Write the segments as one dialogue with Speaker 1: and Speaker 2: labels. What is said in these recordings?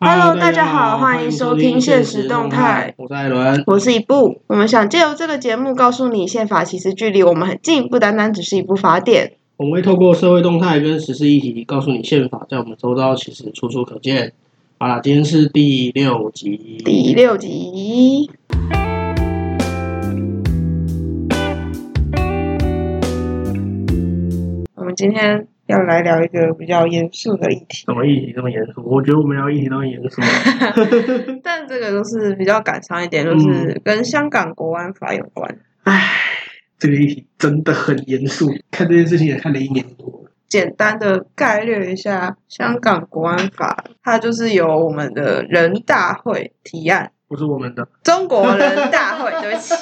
Speaker 1: Hello，
Speaker 2: 大家
Speaker 1: 大家
Speaker 2: 好，
Speaker 1: 好
Speaker 2: 欢
Speaker 1: 欢
Speaker 2: 迎
Speaker 1: 迎
Speaker 2: 收
Speaker 1: 收
Speaker 2: 听
Speaker 1: 听
Speaker 2: 现
Speaker 1: 现
Speaker 2: 实
Speaker 1: 实
Speaker 2: 动
Speaker 1: 动
Speaker 2: 态
Speaker 1: 态。
Speaker 2: 我是艾伦，
Speaker 1: 我是一步，我们想借由这个节目告诉你，宪法其实距离我们很近，不单单只是一部法典。
Speaker 2: 我们会透过社会动态跟时事议题，告诉你宪法在我们周遭其实处处可见。好啦，今天是第六集，
Speaker 1: 第六集，我们今天要来聊一个比较严肃的议题
Speaker 2: 什，么议题这么严肃？我觉得我们聊议题都很严肃。
Speaker 1: 嗯但这个都是比较感伤一点，就是跟香港国安法有关。
Speaker 2: 唉，这个议题真的很严肃，看这件事情也看了一年多了。
Speaker 1: 简单的概略一下香港国安法，它就是由我们的人大会提案，
Speaker 2: 不是我们的，
Speaker 1: 中国人大会，对不起，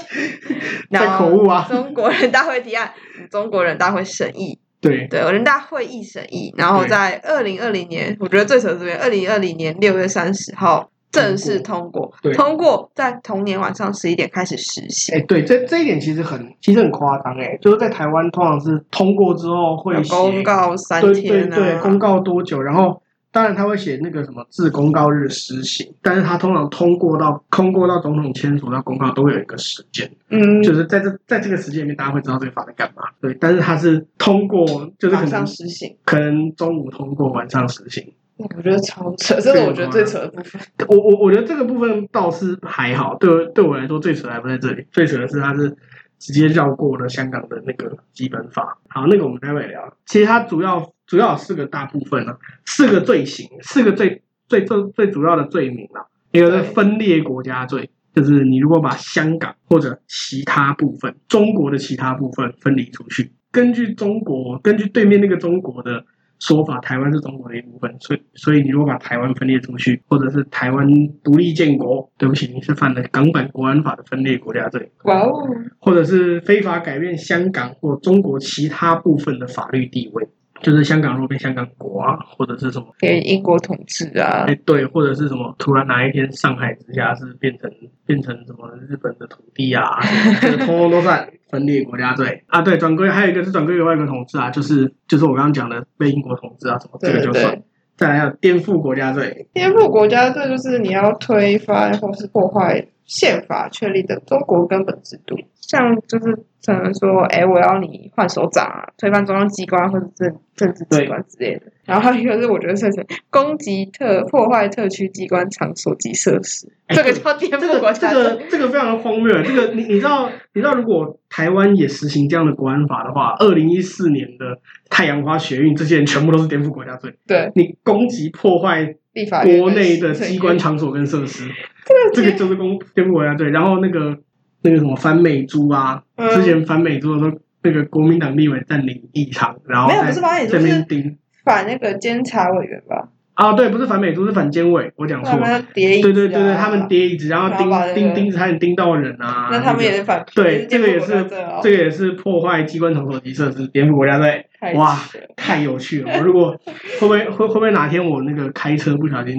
Speaker 2: 在
Speaker 1: 然后
Speaker 2: 口误啊
Speaker 1: 中国人大会提案，中国人大会审议，
Speaker 2: 对，
Speaker 1: 对，人大会议审议，然后
Speaker 2: 对
Speaker 1: 在二零二零年，我觉得最扯的是这边，二零二零年六月三十号正式通过
Speaker 2: 对，
Speaker 1: 通过在同年晚上十一点开始实
Speaker 2: 哎、
Speaker 1: 行，
Speaker 2: 对，这这一点其实很，其实很夸张哎，就是在台湾通常是通过之后会
Speaker 1: 有
Speaker 2: 写
Speaker 1: 公告三
Speaker 2: 对对
Speaker 1: 天啊，
Speaker 2: 对，公告多久？然后当然他会写那个什么自公告日施行，但是他通常通过到通过到总统签署到公告都会有一个时间，
Speaker 1: 嗯，
Speaker 2: 就是在这在这个时间里面，大家会知道这个法在干嘛。对，但是他是通过，就是可
Speaker 1: 马
Speaker 2: 能
Speaker 1: 上实行。
Speaker 2: 可能中午通过，晚上实行。
Speaker 1: 我觉得超扯，这是我觉得最扯的部分。
Speaker 2: 我我我觉得这个部分倒是还好，对我对我来说最扯还不在这里，最扯的是它是直接绕过了香港的那个基本法。好，那个我们待会聊。其实它主要主要有四个大部分呢、四个罪行，四个最最最最主要的罪名啊，一个是
Speaker 1: 对
Speaker 2: 分裂国家罪，就是你如果把香港或者其他部分、中国的其他部分分离出去，根据中国根据对面那个中国的说法，台湾是中国的一部分，所以所以你如果把台湾分裂出去，或者是台湾独立建国，对不起，你是犯了港版国安法的分裂国家罪，
Speaker 1: 哇哦，
Speaker 2: 或者是非法改变香港或中国其他部分的法律地位，就是香港若变香港国啊，或者是什么。
Speaker 1: 给英国统治啊
Speaker 2: 哎，，对，或者是什么？突然哪一天上海直辖市变成变成什么日本的土地啊， 这个通通都算分裂国家罪啊。对，转归还有一个是转归给外国统治啊，就是就是我刚刚讲的被英国统治啊什么，这
Speaker 1: 对
Speaker 2: 个
Speaker 1: 对
Speaker 2: 就
Speaker 1: 对
Speaker 2: 算。。再来还有颠覆国家罪，
Speaker 1: 颠覆国家罪就是你要推翻或是破坏宪法确立的中国根本制度，像就是可能说，哎，我要你换首长啊，推翻中央机关或者政政治机关之类的。然后还有一个是我觉得算是攻击特破坏特区机关场所及设施，
Speaker 2: 哎
Speaker 1: 这个叫颠
Speaker 2: 这
Speaker 1: 覆国
Speaker 2: 个这
Speaker 1: 家罪。
Speaker 2: 个这个非常的荒谬。这个你你知道你知道，如果台湾也实行这样的国安法的话，二零一四年的太阳花学运，这些人全部都是颠覆国家罪。
Speaker 1: 对，
Speaker 2: 你攻击破坏
Speaker 1: 立法院
Speaker 2: 国内的
Speaker 1: 成
Speaker 2: 机
Speaker 1: 员
Speaker 2: 关场所跟设 施，
Speaker 1: 这
Speaker 2: 这
Speaker 1: 个
Speaker 2: 个就是公颠覆国家队，然后那个那个什么反美猪啊，
Speaker 1: 嗯
Speaker 2: 之前反美猪的时候，那个国民党立委占领议场，然后
Speaker 1: 没有
Speaker 2: 在
Speaker 1: 不是反美猪
Speaker 2: 在那边
Speaker 1: 是
Speaker 2: 盯
Speaker 1: 反那个监察委员吧，
Speaker 2: 啊，对，不是反美猪，是反监委，我讲
Speaker 1: 他
Speaker 2: 错
Speaker 1: 们
Speaker 2: 了。
Speaker 1: 要叠椅子
Speaker 2: 对
Speaker 1: 啊
Speaker 2: 对对对，他们跌椅子，然后
Speaker 1: 然后把那
Speaker 2: 盯
Speaker 1: 个
Speaker 2: 盯盯着，差点盯到人啊。
Speaker 1: 那他们也是反
Speaker 2: 对这个也是
Speaker 1: 颠覆国家罪哦
Speaker 2: 这个也是破坏机关场所及设施，颠覆国家队，
Speaker 1: 太
Speaker 2: 哇
Speaker 1: 扯了，
Speaker 2: 太有趣了。我如果会不会会会不会哪天我那个开车不小心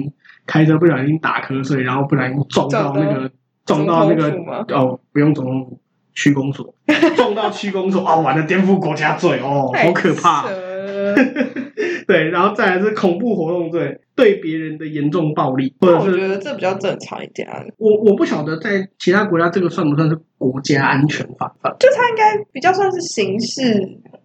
Speaker 2: 开车不小心打瞌睡，然后不小心撞到那个撞
Speaker 1: 总
Speaker 2: 到那
Speaker 1: 统
Speaker 2: 个
Speaker 1: 府吗？
Speaker 2: 哦，不用总统府，区公所 撞到区公所啊，完了颠覆国家罪哦，好可怕
Speaker 1: 太。扯了
Speaker 2: 对，然后再来是恐怖活动罪，对别人的严重暴力，或
Speaker 1: 那
Speaker 2: 者
Speaker 1: 我
Speaker 2: 是
Speaker 1: 觉得这比较正常一点啊，
Speaker 2: 我我不晓得在其他国家这个算不算是国家安全法？
Speaker 1: 就它应该比较算是形式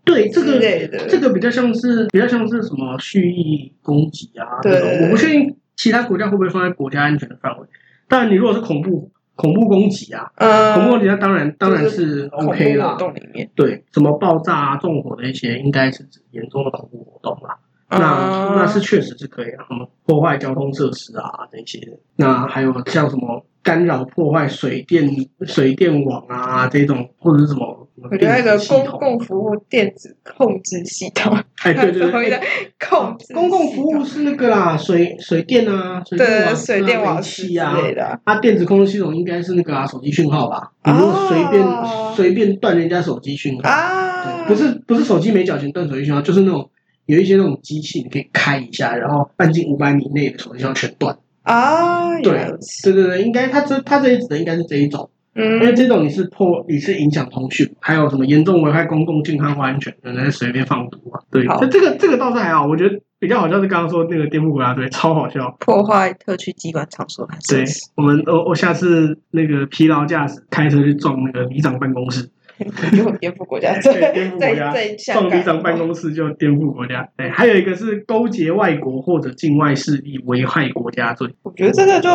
Speaker 2: 对，这
Speaker 1: 之
Speaker 2: 个
Speaker 1: 类的。
Speaker 2: 这个比较像是比较像是什么蓄意攻击啊
Speaker 1: 对
Speaker 2: 这种，我不确定其他国家会不会放在国家安全的范围。但你如果是恐怖恐怖攻击啊，恐怖攻
Speaker 1: 嗯，
Speaker 2: 击那当然当然
Speaker 1: 就是
Speaker 2: 是
Speaker 1: 恐怖
Speaker 2: OK 啦
Speaker 1: 活，动里面，
Speaker 2: 对，什么爆炸啊、纵火的一些，应该是指严重的恐怖活动啦。那
Speaker 1: 嗯
Speaker 2: 那是确实是可以啊，什么破坏交通设施啊这些的。那还有像什么干扰、破坏水电、水电网啊这种，或者是什么什么
Speaker 1: 我觉得那
Speaker 2: 电
Speaker 1: 个
Speaker 2: 子系
Speaker 1: 公
Speaker 2: 统，
Speaker 1: 共服务电子控制系统，
Speaker 2: 哎，对对
Speaker 1: 所谓
Speaker 2: 对。
Speaker 1: 的
Speaker 2: 哎
Speaker 1: 控制系
Speaker 2: 公
Speaker 1: 统
Speaker 2: 共服务是那个啦，水水电啊，水电
Speaker 1: 对
Speaker 2: 网、
Speaker 1: 水电网
Speaker 2: 器
Speaker 1: 之
Speaker 2: 啊，
Speaker 1: 类的啊，
Speaker 2: 它电子控制系统应该是那个啊，手机讯号吧？你
Speaker 1: 哦
Speaker 2: 如果随便、随便断人家手机讯号，对
Speaker 1: 啊
Speaker 2: 不是不是手机没缴钱断手机讯号，就是那种有一些那种机器，你可以开一下，然后半径五百米内的手机讯号全断。
Speaker 1: 啊，
Speaker 2: 对
Speaker 1: 原来如此
Speaker 2: 对对对，应该它这它这一指的应该是这一种。因为
Speaker 1: 嗯，
Speaker 2: 这种你是破，你是影响通讯，还有什么严重危害公共健康或安全，可能随便放毒啊。对，
Speaker 1: 好
Speaker 2: 那这个这个倒是还好，我觉得比较好笑是刚刚说那个颠覆国家队超好笑。
Speaker 1: 破坏特区机关场所和设
Speaker 2: 对
Speaker 1: 施，
Speaker 2: 我们，我我下次那个疲劳驾驶开车去撞那个里长办公 室，
Speaker 1: 又颠覆国家，
Speaker 2: 对
Speaker 1: 在
Speaker 2: 颠覆国
Speaker 1: 在
Speaker 2: 家
Speaker 1: 在香
Speaker 2: 撞里
Speaker 1: 港
Speaker 2: 长办公室就颠覆国家。对，还有一个是勾结外国或者境外势力危害国家罪。
Speaker 1: 我觉得这个就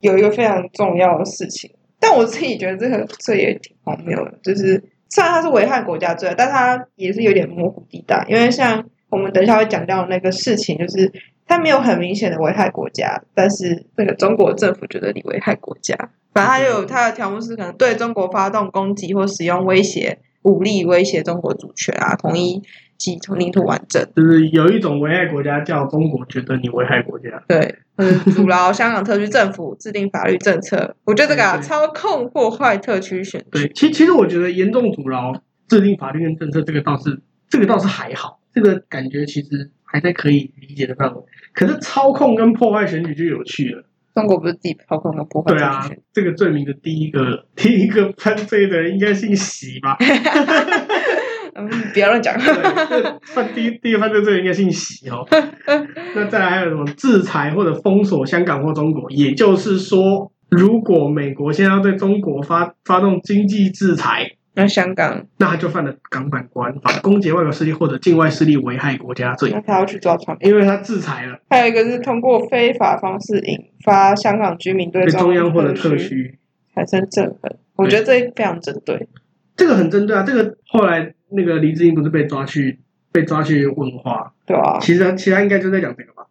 Speaker 1: 有一个非常重要的事情，但我自己觉得这个这也挺荒谬的，就是虽然它是危害国家罪，但它也是有点模糊地带，因为像我们等一下会讲到的那个事情，就是它没有很明显的危害国家，但是那个中国政府觉得你危害国家，反正它有它的条目是可能对中国发动攻击或使用威胁武力威胁中国主权啊，统一及领土完整。
Speaker 2: 就是有一种危害国家叫中国觉得你危害国家，
Speaker 1: 对， 嗯，阻挠香港特区政府制定法律政策。我觉得这个、啊、
Speaker 2: 对对
Speaker 1: 操控破坏特区选举，
Speaker 2: 对，其其实我觉得严重阻挠制定法律跟政策这个倒是这个倒是还好，这个感觉其实还在可以理解的范围。可是操控跟破坏选举就有趣了。
Speaker 1: 中国不是自己操控和破坏
Speaker 2: 对
Speaker 1: 特区
Speaker 2: 啊
Speaker 1: 选举？，
Speaker 2: 这个罪名的第一个 第一个犯罪的人应该姓习 吧？
Speaker 1: 嗯，不要乱讲。
Speaker 2: 对，这犯第一第一个犯罪罪应该姓习哦。那再来还有什么制裁或者封锁香港或中国？也就是说，如果美国现在要对中国发发动经济制裁，
Speaker 1: 那香港，
Speaker 2: 那他就犯了港版国安法，攻击外国势力或者境外势力危害国家罪
Speaker 1: 那，他要去抓川普。
Speaker 2: 因为他制裁了
Speaker 1: 还有一个是通过非法方式引发香港居民对
Speaker 2: 对中央
Speaker 1: 央
Speaker 2: 或者特
Speaker 1: 特
Speaker 2: 区。
Speaker 1: 产生憎恨，我觉得这非常针对。
Speaker 2: 这个很针对啊，这个后来那个黎智英不是被抓去被抓去问话，
Speaker 1: 对啊，
Speaker 2: 其实他其实他应该就在讲这个吧，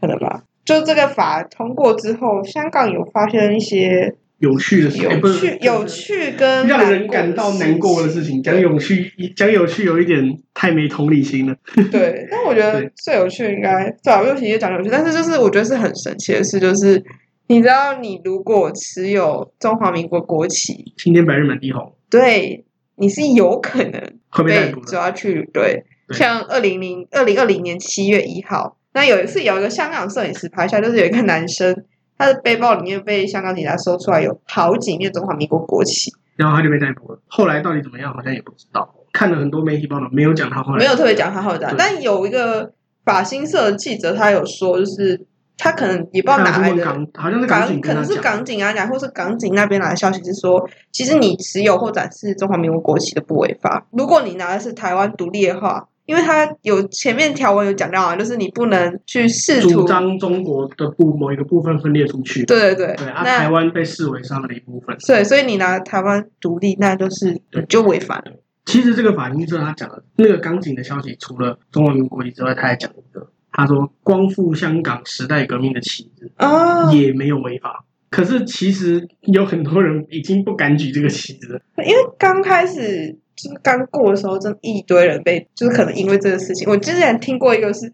Speaker 1: 可能吧。就这个法通过之后，香港有发生一些
Speaker 2: 有趣的事，哎
Speaker 1: 有
Speaker 2: 不是
Speaker 1: 趣、有趣跟
Speaker 2: 让人
Speaker 1: 难过
Speaker 2: 感到难过的事情。讲有趣，讲有趣有一点太没同理心了。
Speaker 1: 对，但我觉得
Speaker 2: 对
Speaker 1: 最有趣应该最好又其实讲有趣，但是就是我觉得是很神奇的事，就是你知道，你如果持有中华民国国旗，
Speaker 2: 青天白日满地红，
Speaker 1: 对，你是有可能
Speaker 2: 会被逮
Speaker 1: 被
Speaker 2: 捕的。
Speaker 1: 抓去。对，
Speaker 2: 对
Speaker 1: 像二零零二零二零年七月一号，那有一次有一个香港摄影师拍下，就是有一个男生，他的背包里面被香港警察搜出来有好几面中华民国国旗，
Speaker 2: 然后他就被逮捕了。后来到底怎么样，好像也不知道。看了很多媒体报道，没有讲他后来
Speaker 1: 没有特别讲他后的
Speaker 2: 对，
Speaker 1: 但有一个法新社的记者他有说，就是他可能也不知道
Speaker 2: 他
Speaker 1: 哪
Speaker 2: 是
Speaker 1: 来
Speaker 2: 问
Speaker 1: 的。
Speaker 2: 港，好像是港
Speaker 1: 港
Speaker 2: 警
Speaker 1: 可
Speaker 2: 跟他
Speaker 1: 能是
Speaker 2: 讲，
Speaker 1: 港警啊讲，或是港警那边来的消息是说，其实你持有或展示中华民国国旗的不违法。如果你拿的是台湾独立的话，因为它有前面条文有讲到啊，就是你不能去试
Speaker 2: 主
Speaker 1: 图，
Speaker 2: 张中国的部某一个部分分裂出去。
Speaker 1: 对对对，
Speaker 2: 对啊，台
Speaker 1: 那
Speaker 2: 湾被视为是他们的一部分。
Speaker 1: 对，所以你拿台湾独立，那就是
Speaker 2: 对
Speaker 1: 就违反了。
Speaker 2: 其实这个法新社他讲的那个港警的消息，除了中华民国国旗之外，他还讲一个，他说光复香港时代革命的旗帜
Speaker 1: 啊、
Speaker 2: 也没有违法。可是其实有很多人已经不敢举这个旗子了，
Speaker 1: 因为刚开始就是刚过的时候，真的一堆人被，就是可能因为这个事情，我之前听过一个是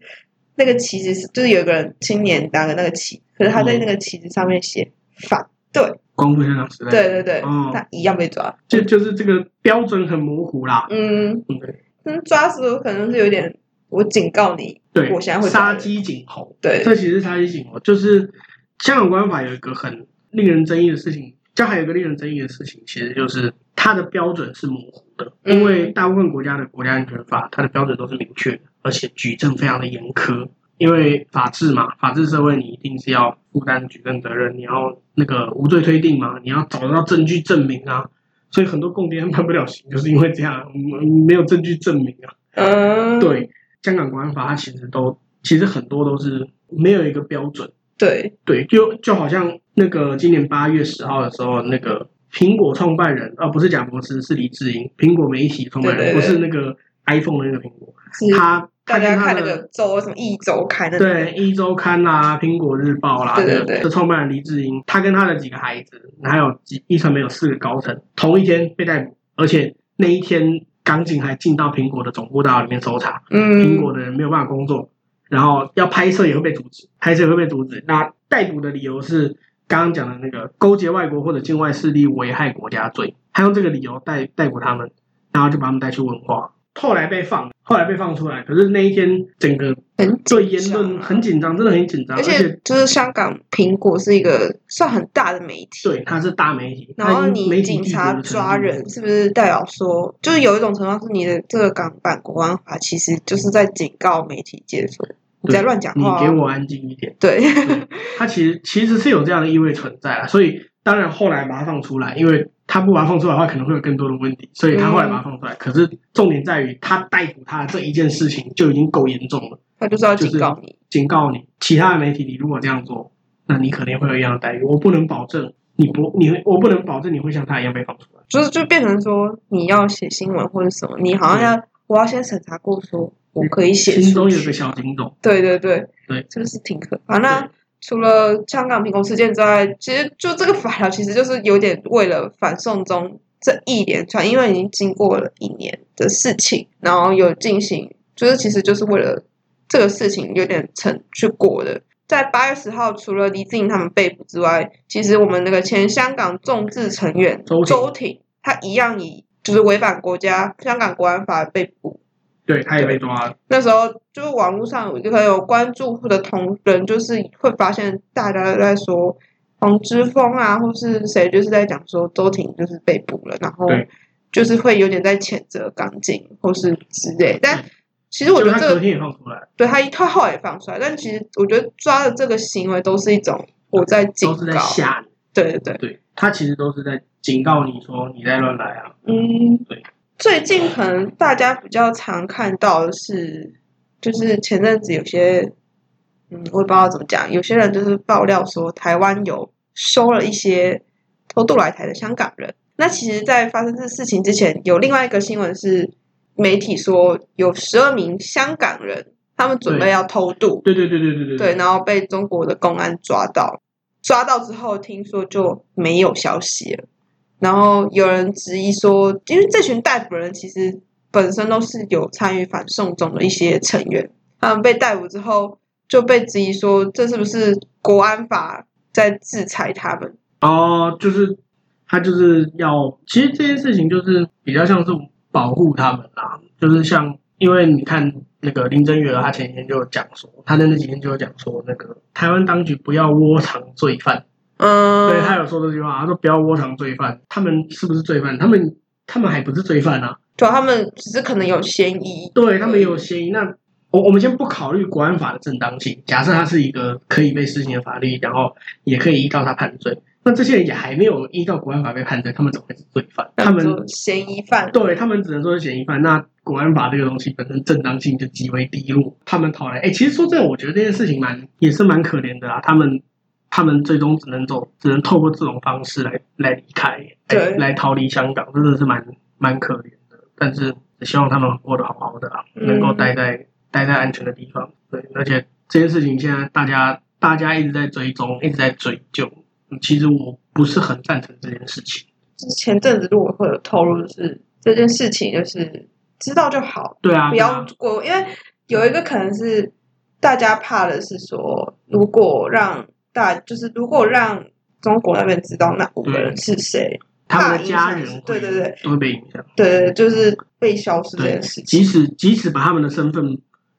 Speaker 1: 那个旗子是，就是有一个人青年拿的那个旗，可是他在那个旗子上面写反对，
Speaker 2: 光复香港时代。
Speaker 1: 对对对，
Speaker 2: 哦
Speaker 1: 那一样被抓，
Speaker 2: 就就是这个标准很模糊啦。
Speaker 1: 嗯，
Speaker 2: 嗯对
Speaker 1: 嗯抓的时候可能是有点，我警告你，
Speaker 2: 对，
Speaker 1: 我现在会抓
Speaker 2: 杀
Speaker 1: 人
Speaker 2: 鸡儆猴，
Speaker 1: 对
Speaker 2: 这其实是杀鸡儆猴，哦就是香港国安法有一个很令人争议的事情，这还有一个令人争议的事情，其实就是它的标准是模糊的，
Speaker 1: 嗯
Speaker 2: 因为大部分国家的国家安全法，它的标准都是明确的，而且举证非常的严苛。因为法治嘛，法治社会你一定是要负担举证责任，你要那个无罪推定嘛，你要找到证据证明啊，所以很多共谍判不了刑，就是因为这样，嗯没有证据证明啊。
Speaker 1: 嗯，
Speaker 2: 对香港国安法，它其实都其实很多都是没有一个标准。
Speaker 1: 对，
Speaker 2: 对，就就好像那个今年八月十号的时候，那个苹果创办人，呃，不是贾伯斯，是李志英，苹果媒体创办人，
Speaker 1: 对对对
Speaker 2: 不是那个 iPhone 的那个苹果，
Speaker 1: 是
Speaker 2: 他
Speaker 1: 大
Speaker 2: 他
Speaker 1: 家
Speaker 2: 跟他
Speaker 1: 看那
Speaker 2: 的
Speaker 1: 个周什么一周刊的，
Speaker 2: 对，《一周刊》啦，《苹果日报》啦，
Speaker 1: 对对
Speaker 2: 这
Speaker 1: 对
Speaker 2: 这创办人黎智英，他跟他的几个孩子，还有几一传媒有四个高层，同一天被逮捕，而且那一天港警还进到苹果的总部大楼里面搜查，苹果
Speaker 1: 嗯，
Speaker 2: 的人没有办法工作，然后要拍摄也会被阻止，拍摄也会被阻止。那逮捕的理由是刚刚讲的那个勾结外国或者境外势力危害国家罪，他用这个理由逮逮捕他们，然后就把他们带去问话。后来被放，后来被放出来。可是那一天，整个
Speaker 1: 很
Speaker 2: 对
Speaker 1: 紧
Speaker 2: 言
Speaker 1: 张
Speaker 2: 论
Speaker 1: 啊
Speaker 2: 很紧张，真的很紧张。
Speaker 1: 而
Speaker 2: 而
Speaker 1: 且
Speaker 2: 且，
Speaker 1: 就是香港苹果是一个算很大的媒体，
Speaker 2: 对，它是大媒体，
Speaker 1: 然后
Speaker 2: 它已经媒
Speaker 1: 你
Speaker 2: 体
Speaker 1: 警
Speaker 2: 帝
Speaker 1: 察
Speaker 2: 国的程
Speaker 1: 抓
Speaker 2: 度
Speaker 1: 人，是不是代表说，就是有一种程度上是你的这个港版国安法其实就是在警告媒体界说你
Speaker 2: 对
Speaker 1: 在乱讲
Speaker 2: 你
Speaker 1: 话啊、
Speaker 2: 给我安静一点。
Speaker 1: 对，
Speaker 2: 它其实其实是有这样的意味存在啊，所以当然后来把它放出来，因为他不把它放出来的话，可能会有更多的问题，所以他后来把它放出来。可是重点在于，他逮捕他的这一件事情就已经够严重了，
Speaker 1: 他就是要
Speaker 2: 就是
Speaker 1: 警告你。
Speaker 2: 警告你，其他的媒体你如果这样做，那你肯定会有一样的待遇。我不能保证你不你我不能保证你会像他一样被放出来。
Speaker 1: 就是就变成说你要写新闻或者什么，你好像要我要先审查过说我可以写
Speaker 2: 心
Speaker 1: 出
Speaker 2: 中有个
Speaker 1: 去。
Speaker 2: 小警钟，
Speaker 1: 对对对，
Speaker 2: 对
Speaker 1: 是不是挺可怕？那除了香港苹果事件之外，其实就这个法条其实就是有点为了反送中这一连串，因为已经经过了一年的事情，然后有进行，就是其实就是为了这个事情有点成去过的。在八月十号，除了黎智英他们被捕之外，其实我们那个前香港众志成员
Speaker 2: 周庭
Speaker 1: 周庭，他一样以就是违反国家香港国安法被捕。
Speaker 2: 对他也被抓了，
Speaker 1: 那时候就是网络上有一个有关注户的同仁，就是会发现大家都在说黄之锋啊，或是谁，就是在讲说周婷就是被捕了，然后
Speaker 2: 对
Speaker 1: 就是会有点在谴责港警或是之类。但
Speaker 2: 嗯
Speaker 1: 其实我觉
Speaker 2: 就
Speaker 1: 得
Speaker 2: 他
Speaker 1: 这
Speaker 2: 昨
Speaker 1: 个
Speaker 2: 天也放出来，
Speaker 1: 对他他后来也放出来，但其实我觉得抓的这个行为都是一种我在警
Speaker 2: 都是在
Speaker 1: 告，
Speaker 2: 吓你，
Speaker 1: 对对对，
Speaker 2: 对他其实都是在警告你说你在乱来啊。
Speaker 1: 嗯
Speaker 2: 对，
Speaker 1: 最近可能大家比较常看到的是，就是前阵子有些，嗯，我也不知道怎么讲，有些人就是爆料说台湾有收了一些偷渡来台的香港人。那其实，在发生这事情之前，有另外一个新闻是媒体说有十二名香港人，他们准备
Speaker 2: 对
Speaker 1: 要偷渡，
Speaker 2: 对对对对对对
Speaker 1: 对，然后被中国的公安抓到，抓到之后听说就没有消息了。然后有人质疑说，因为这群逮捕人其实本身都是有参与反送中的一些成员，他们被逮捕之后就被质疑说，这是不是国安法在制裁他们？
Speaker 2: 哦，就是他就是要，其实这件事情就是比较像是保护他们啦，就是像因为你看那个林郑月娥，她前几天就有讲说，她的那几天就有讲说，那个台湾当局不要窝藏罪犯，
Speaker 1: 嗯，
Speaker 2: 对，她有说这句话，她说不要窝藏罪犯，他们是不是罪犯？他们他们还不是罪犯啊，
Speaker 1: 对啊，他们只是可能有嫌疑，
Speaker 2: 对他们有嫌疑。那我我们先不考虑国安法的正当性，假设它是一个可以被施行的法律，然后也可以依照它判罪。那这些人也还没有依照国安法被判罪，他们怎么会是罪犯？他们
Speaker 1: 说嫌疑犯，
Speaker 2: 对他们只能说是嫌疑犯。那国安法这个东西本身正当性就极为低落，他们逃来，哎，其实说真的，我觉得这件事情蛮也是蛮可怜的啊。他们他们最终只能走，只能透过这种方式来来离开，来
Speaker 1: 对
Speaker 2: 来逃离香港，真的是蛮蛮可怜的。但是希望他们过得好好的啊，
Speaker 1: 嗯
Speaker 2: 能够待在待在安全的地方。对，而且这件事情现在大家大家一直在追踪，一直在追究。嗯其实我不是很赞成这件事情。
Speaker 1: 就是前阵子如果会有透露，就是这件事情就是知道就好，
Speaker 2: 对啊，
Speaker 1: 不
Speaker 2: 对啊
Speaker 1: 要过，因为有一个可能是大家怕的是说，如果让大就是如果让中国那边知道那五个人是谁，
Speaker 2: 他们的家人会
Speaker 1: 对对对，
Speaker 2: 都会被影响。
Speaker 1: 对，就是被消失这件事
Speaker 2: 即
Speaker 1: 情。
Speaker 2: 使即使把他们的身份，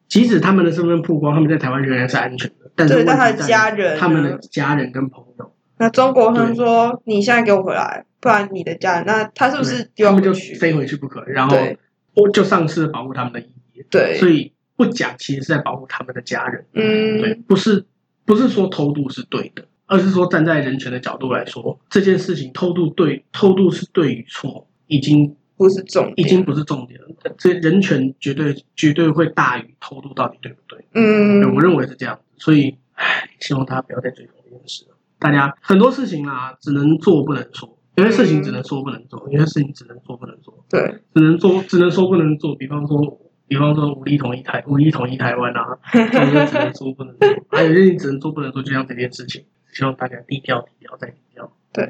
Speaker 2: 即使他们的身份曝光，他们在台湾仍然是安全的。但是
Speaker 1: 对，
Speaker 2: 问
Speaker 1: 但他
Speaker 2: 题
Speaker 1: 的
Speaker 2: 在于
Speaker 1: 家人呢，
Speaker 2: 他们的家人跟朋友，
Speaker 1: 那中国他们说你现在给我回来，不然你的家人，那他是不是
Speaker 2: 对
Speaker 1: 又
Speaker 2: 他
Speaker 1: 要
Speaker 2: 们就
Speaker 1: 回去？
Speaker 2: 飞回去不可，然后
Speaker 1: 对
Speaker 2: 我就丧失了保护他们的意义。所
Speaker 1: 对，
Speaker 2: 以不讲，其实是在保护他们的家人。对，
Speaker 1: 嗯，
Speaker 2: 不是不是说偷渡是对的，而是说站在人权的角度来说，这件事情偷渡对偷渡是对与错，已经
Speaker 1: 不是重
Speaker 2: 已
Speaker 1: 点，
Speaker 2: 经不是重点了。这人权绝对绝对会大于偷渡到底对不对？
Speaker 1: 嗯
Speaker 2: 对，我认为是这样，所以唉，希望大家不要再追求这件事了。大家很多事情啦，只能做不能说，有些事情只能说不能做，有些事情只能做不能做，
Speaker 1: 对，
Speaker 2: 只能做只能说不能做。比方说，比方说武力统一台武力统一台湾啊，这种只能说不能做，还有些你只能做不能做，就像这件事情，希望大家低调低调再低调。
Speaker 1: 对，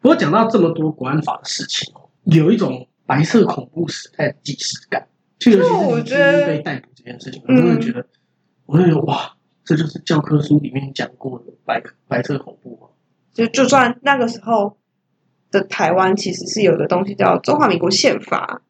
Speaker 2: 不过讲到这么多国安法的事情哦，有一种白色恐怖时代的既视感，就尤其
Speaker 1: 对
Speaker 2: 是
Speaker 1: 我
Speaker 2: 李
Speaker 1: 觉
Speaker 2: 志
Speaker 1: 得
Speaker 2: 英被逮捕这件事情，我真的觉得，嗯我真的觉得哇，这就是教科书里面讲过的白白色恐怖啊吗？
Speaker 1: 就就算那个时候的台湾其实是有个东西叫《中华民国宪法》，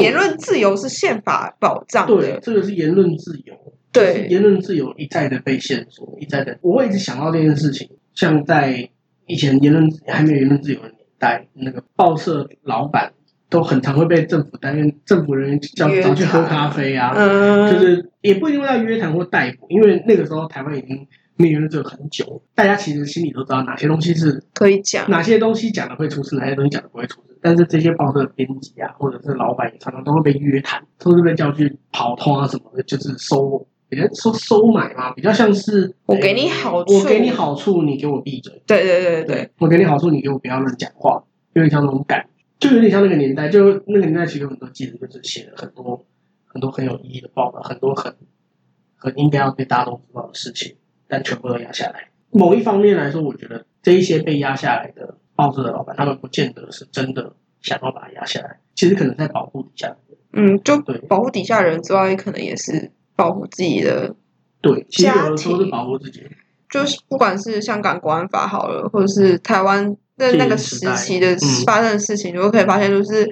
Speaker 1: 言论自由是宪法保障
Speaker 2: 对，
Speaker 1: 的，
Speaker 2: 这个是言论自由，是
Speaker 1: 对
Speaker 2: 言论自由一再的被限缩，一再的，我会一直想到这件事情。像在以前言论还没有言论自由的年代，那个报社老板都很常会被政府单位、政府人员叫
Speaker 1: 约
Speaker 2: 找去喝
Speaker 1: 谈
Speaker 2: 咖啡啊，
Speaker 1: 嗯，
Speaker 2: 就是也不一定要约谈或逮捕，因为那个时候台湾已经面临了这个很久了，大家其实心里都知道哪些东西是
Speaker 1: 可以讲，
Speaker 2: 哪些东西讲的会出事，哪些东西讲的不会出事。但是这些报社的编辑啊，或者是老板，也常常都会被约谈，都是被叫去跑通啊什么的，就是收，比较收收买嘛，比较像是哎
Speaker 1: 我给你好处
Speaker 2: 我给你好处，你给我闭嘴。
Speaker 1: 对对对对对，，
Speaker 2: 我给你好处，你给我不要乱讲话，有点像那种感觉，就有点像那个年代，就那个年代其实有很多记者就是写了很多很多很有意义的报道，很多很很应该要被大家都知道的事情，但全部都压下来。某一方面来说，我觉得这一些被压下来的报社的老板，他们不见得是真的想要把它压下来，其实可能在保护底下。
Speaker 1: 嗯，就
Speaker 2: 对
Speaker 1: 保护底下人之外，可能也是保护自己的
Speaker 2: 对，其实有的
Speaker 1: 家
Speaker 2: 时候是
Speaker 1: 庭
Speaker 2: 保护自己的。
Speaker 1: 就是不管是香港国安法好了，或者是台湾的
Speaker 2: 戒
Speaker 1: 那个
Speaker 2: 严
Speaker 1: 时
Speaker 2: 时代
Speaker 1: 期的
Speaker 2: 嗯
Speaker 1: 发生的事情，你会可以发现，就是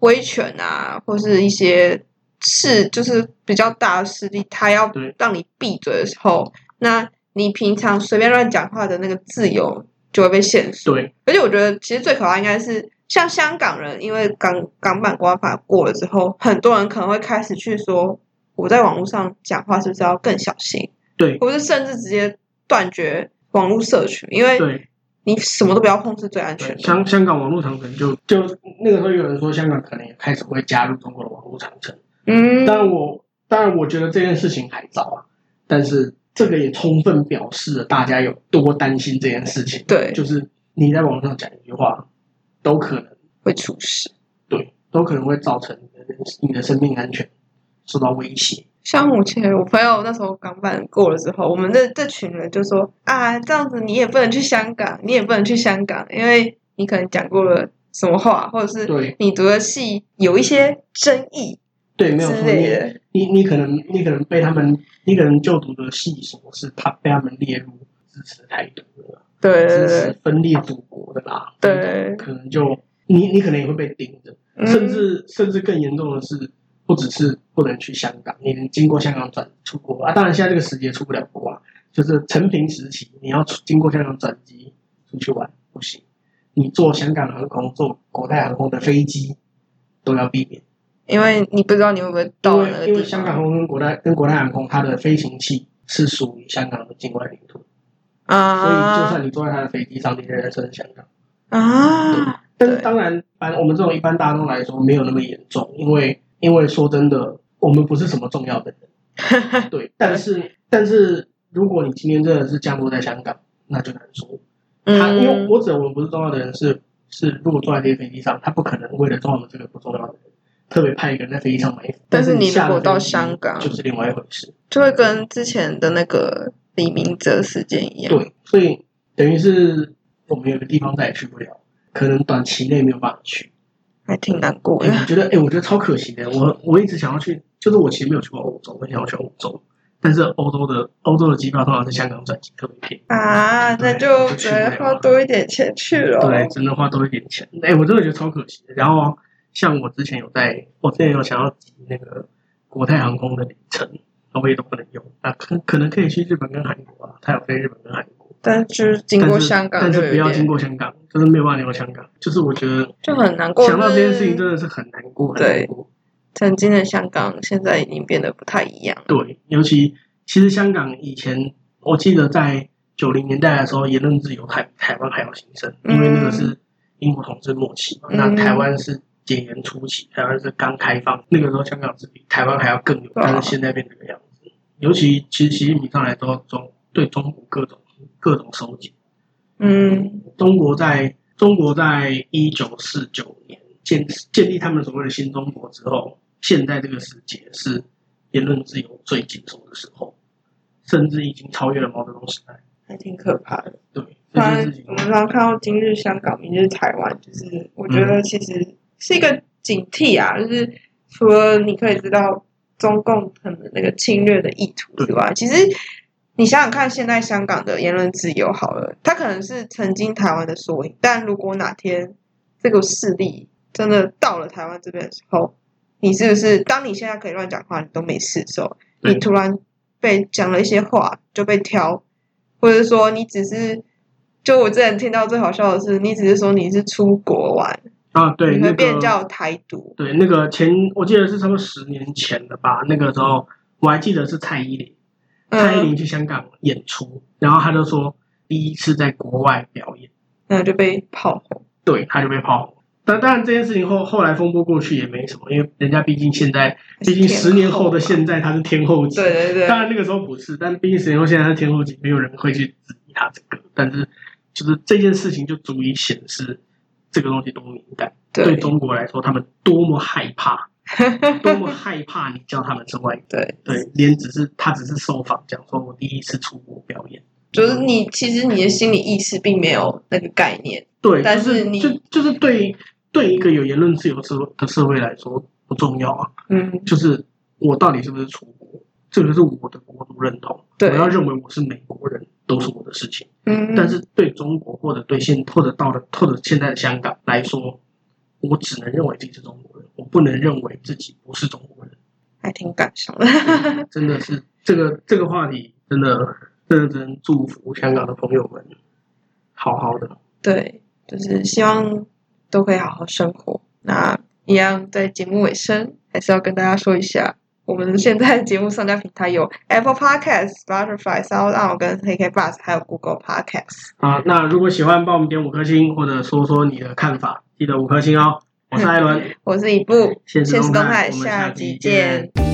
Speaker 1: 威权啊，或是一些势，就是比较大的势力，他要
Speaker 2: 对
Speaker 1: 让你闭嘴的时候，那你平常随便乱讲话的那个自由就会被限缩。
Speaker 2: 对，
Speaker 1: 而且我觉得，其实最可怕应该是像香港人，因为港港版国安法过了之后，很多人可能会开始去说，我在网络上讲话是不是要更小心？
Speaker 2: 对
Speaker 1: 或者甚至直接断绝网络社群，因为
Speaker 2: 对，
Speaker 1: 你什么都不要碰是最安全
Speaker 2: 对，
Speaker 1: 的。
Speaker 2: 香香港网络长城就就那个时候有人说香港可能也开始会加入中国的网络长城，
Speaker 1: 嗯，
Speaker 2: 当然我当然我觉得这件事情还早啊，但是这个也充分表示了大家有多担心这件事情，
Speaker 1: 对，
Speaker 2: 就是你在网络上讲一句话，都可能
Speaker 1: 会出事。
Speaker 2: 对，都可能会造成你的你的生命安全受到威胁。
Speaker 1: 像我前我朋友那时候港版过了之后，我们这这群人就说啊，这样子你也不能去香港，你也不能去香港，因为你可能讲过了什么话，或者是
Speaker 2: 对
Speaker 1: 你读的戏有一些争议
Speaker 2: 对，没有
Speaker 1: 之
Speaker 2: 错，
Speaker 1: 类
Speaker 2: 你
Speaker 1: 的。
Speaker 2: 你你可能你可能被他们，你可能就读的系所是他被他们列入支持台独的啦，
Speaker 1: 对对
Speaker 2: 支持
Speaker 1: 对
Speaker 2: 分裂祖国的啦，嗯
Speaker 1: 对，
Speaker 2: 可能就你你可能也会被盯着，
Speaker 1: 嗯
Speaker 2: 甚至甚至更严重的是，不只是不能去香港，你能经过香港转出国啊。当然现在这个时节出不了国啊，就是成平时期你要出经过香港转机出去玩不行，你坐香港航空、坐国泰航空的飞机都要避免，
Speaker 1: 因为你不知道你会不会
Speaker 2: 因
Speaker 1: 到那个
Speaker 2: 为因为
Speaker 1: 地
Speaker 2: 香港航
Speaker 1: 方
Speaker 2: 空跟国泰跟国泰航空它的飞行器是属于香港的境外领土，所以就
Speaker 1: 啊
Speaker 2: 算你坐在它的飞机上，你仍然算是香港。
Speaker 1: 啊，
Speaker 2: 但是
Speaker 1: 对
Speaker 2: 当然，反我们这种一般大众来说没有那么严重，因为因为说真的，我们不是什么重要的人， 对。但是但是，如果你今天真的是降落在香港，那就难说。他因为
Speaker 1: 嗯，
Speaker 2: 我指的我们不是重要的人是是，如果坐在这些飞机上，他不可能为了抓我们这个不重要的人，特别派一个人在飞机上埋伏。
Speaker 1: 但是
Speaker 2: 是
Speaker 1: 你
Speaker 2: 下
Speaker 1: 如
Speaker 2: 了
Speaker 1: 果到
Speaker 2: 飞机
Speaker 1: 香港
Speaker 2: 就是另外一回事。
Speaker 1: 就会跟之前的那个李明哲事件一样。
Speaker 2: 对，所以等于是我们有个地方再也去不了，可能短期内没有办法去。
Speaker 1: 还挺难过
Speaker 2: 哎、我
Speaker 1: 的。
Speaker 2: 觉得，哎、我觉得超可惜的。我我一直想要去，就是我其实没有去过欧洲，我很想要去欧洲，但是欧洲的欧洲的机票通常是香港转机特别便宜，嗯
Speaker 1: 啊，那就只能花多一点钱去了。哦
Speaker 2: 对，只能花多一点钱。哎、我真的觉得超可惜的。然后像我之前有在，我之前有想要挤那个国泰航空的里程，那我也都不能用。那可可能可以去日本跟韩国啊，它有飞日本跟韩国。
Speaker 1: 但是就是经过香港
Speaker 2: 但是
Speaker 1: 就
Speaker 2: 但是不
Speaker 1: 有
Speaker 2: 要经
Speaker 1: 点
Speaker 2: 过香港，就是没有办法经过香港。就是我觉得
Speaker 1: 就很难过。
Speaker 2: 想到这件事情
Speaker 1: 就
Speaker 2: 真
Speaker 1: 是
Speaker 2: 的是很难过，很
Speaker 1: 对
Speaker 2: 难过。
Speaker 1: 曾经的香港现在已经变得不太一样了。
Speaker 2: 对，尤其其实香港以前，我记得在九零年代的时候，言论自由台台湾还要兴盛，因为那个是英国统治末期嘛，
Speaker 1: 嗯
Speaker 2: 那台湾是解严初期，台湾是刚开放，那个时候香港是比台湾还要更有，
Speaker 1: 对啊
Speaker 2: 但是现在变这个样子。尤其其实习近平上来之后，中对中国各种各种收紧。
Speaker 1: 嗯，
Speaker 2: 中国在中国在一九四九年建建立他们所谓的新中国之后，现在这个时节是言论自由最紧缩的时候，甚至已经超越了毛泽东时代。
Speaker 1: 还挺可怕的。
Speaker 2: 对这
Speaker 1: 反
Speaker 2: 件事
Speaker 1: 正
Speaker 2: 情
Speaker 1: 我，们常看到今日香港，明日台湾，就是我觉得其实是一个警惕啊，就是除了你可以知道中共可能那个侵略的意图之外，其实你想想看，现在香港的言论自由好了，它可能是曾经台湾的缩影，但如果哪天这个势力真的到了台湾这边的时候，你是不是当你现在可以乱讲话，你都没事的时候，
Speaker 2: 对
Speaker 1: 你突然被讲了一些话就被挑，或者说你只是，就我之前听到最好笑的是，你只是说你是出国玩，
Speaker 2: 啊，对，
Speaker 1: 你
Speaker 2: 那
Speaker 1: 嗯会
Speaker 2: 个
Speaker 1: 变叫台独，
Speaker 2: 对，那个前我记得是差不多十年前的吧，那个时候我还记得是蔡依林，蔡依
Speaker 1: 嗯，
Speaker 2: 林去香港演出，然后她就说第一次在国外表演，
Speaker 1: 然后就被炮轰，
Speaker 2: 对，她就被炮轰。但当然这件事情后后来风波过去也没什么，因为人家毕竟现在，毕竟十年后的现在她是天后级，
Speaker 1: 对对对，
Speaker 2: 当然那个时候不是，但毕竟十年后现在是天后级，没有人会去质疑她这个，但是就是这件事情就足以显示这个东西多敏感，对
Speaker 1: 对
Speaker 2: 中国来说他们多么害怕。多么害怕你叫他们是外国人，
Speaker 1: 对，
Speaker 2: 对，连只是他只是受访讲说我第一次出国表演，
Speaker 1: 就是你其实你的心理意识并没有那个概念，
Speaker 2: 对，
Speaker 1: 但
Speaker 2: 就是
Speaker 1: 你
Speaker 2: 就就是对对一个有言论自由社的社会来说不重要啊，
Speaker 1: 嗯，
Speaker 2: 就是我到底是不是出国，这个是我的国族认同，我
Speaker 1: 对
Speaker 2: 要认为我是美国人都是我的事情，
Speaker 1: 嗯，
Speaker 2: 但是对中国或者对现或者到了或者现在的香港来说，我只能认为自己是中国人，我不能认为自己不是中国人。
Speaker 1: 还挺感伤的，
Speaker 2: 真的是这个这个话题，真的真的只能祝福香港的朋友们好好的。
Speaker 1: 对，就是希望都可以好好生活。那一样在节目尾声，还是要跟大家说一下，我们现在节目上架平台有 Apple Podcast、Spotify、Sound On 跟 KK Bus，还有 Google Podcast。
Speaker 2: 啊，那如果喜欢，帮我们点五颗星，或者说说你的看法，记得五颗星哦。我是艾伦，
Speaker 1: 我是一部
Speaker 2: 现实
Speaker 1: 嗯现实
Speaker 2: 动
Speaker 1: 动
Speaker 2: 态，
Speaker 1: 态，
Speaker 2: 我们
Speaker 1: 下
Speaker 2: 集
Speaker 1: 集见。
Speaker 2: 见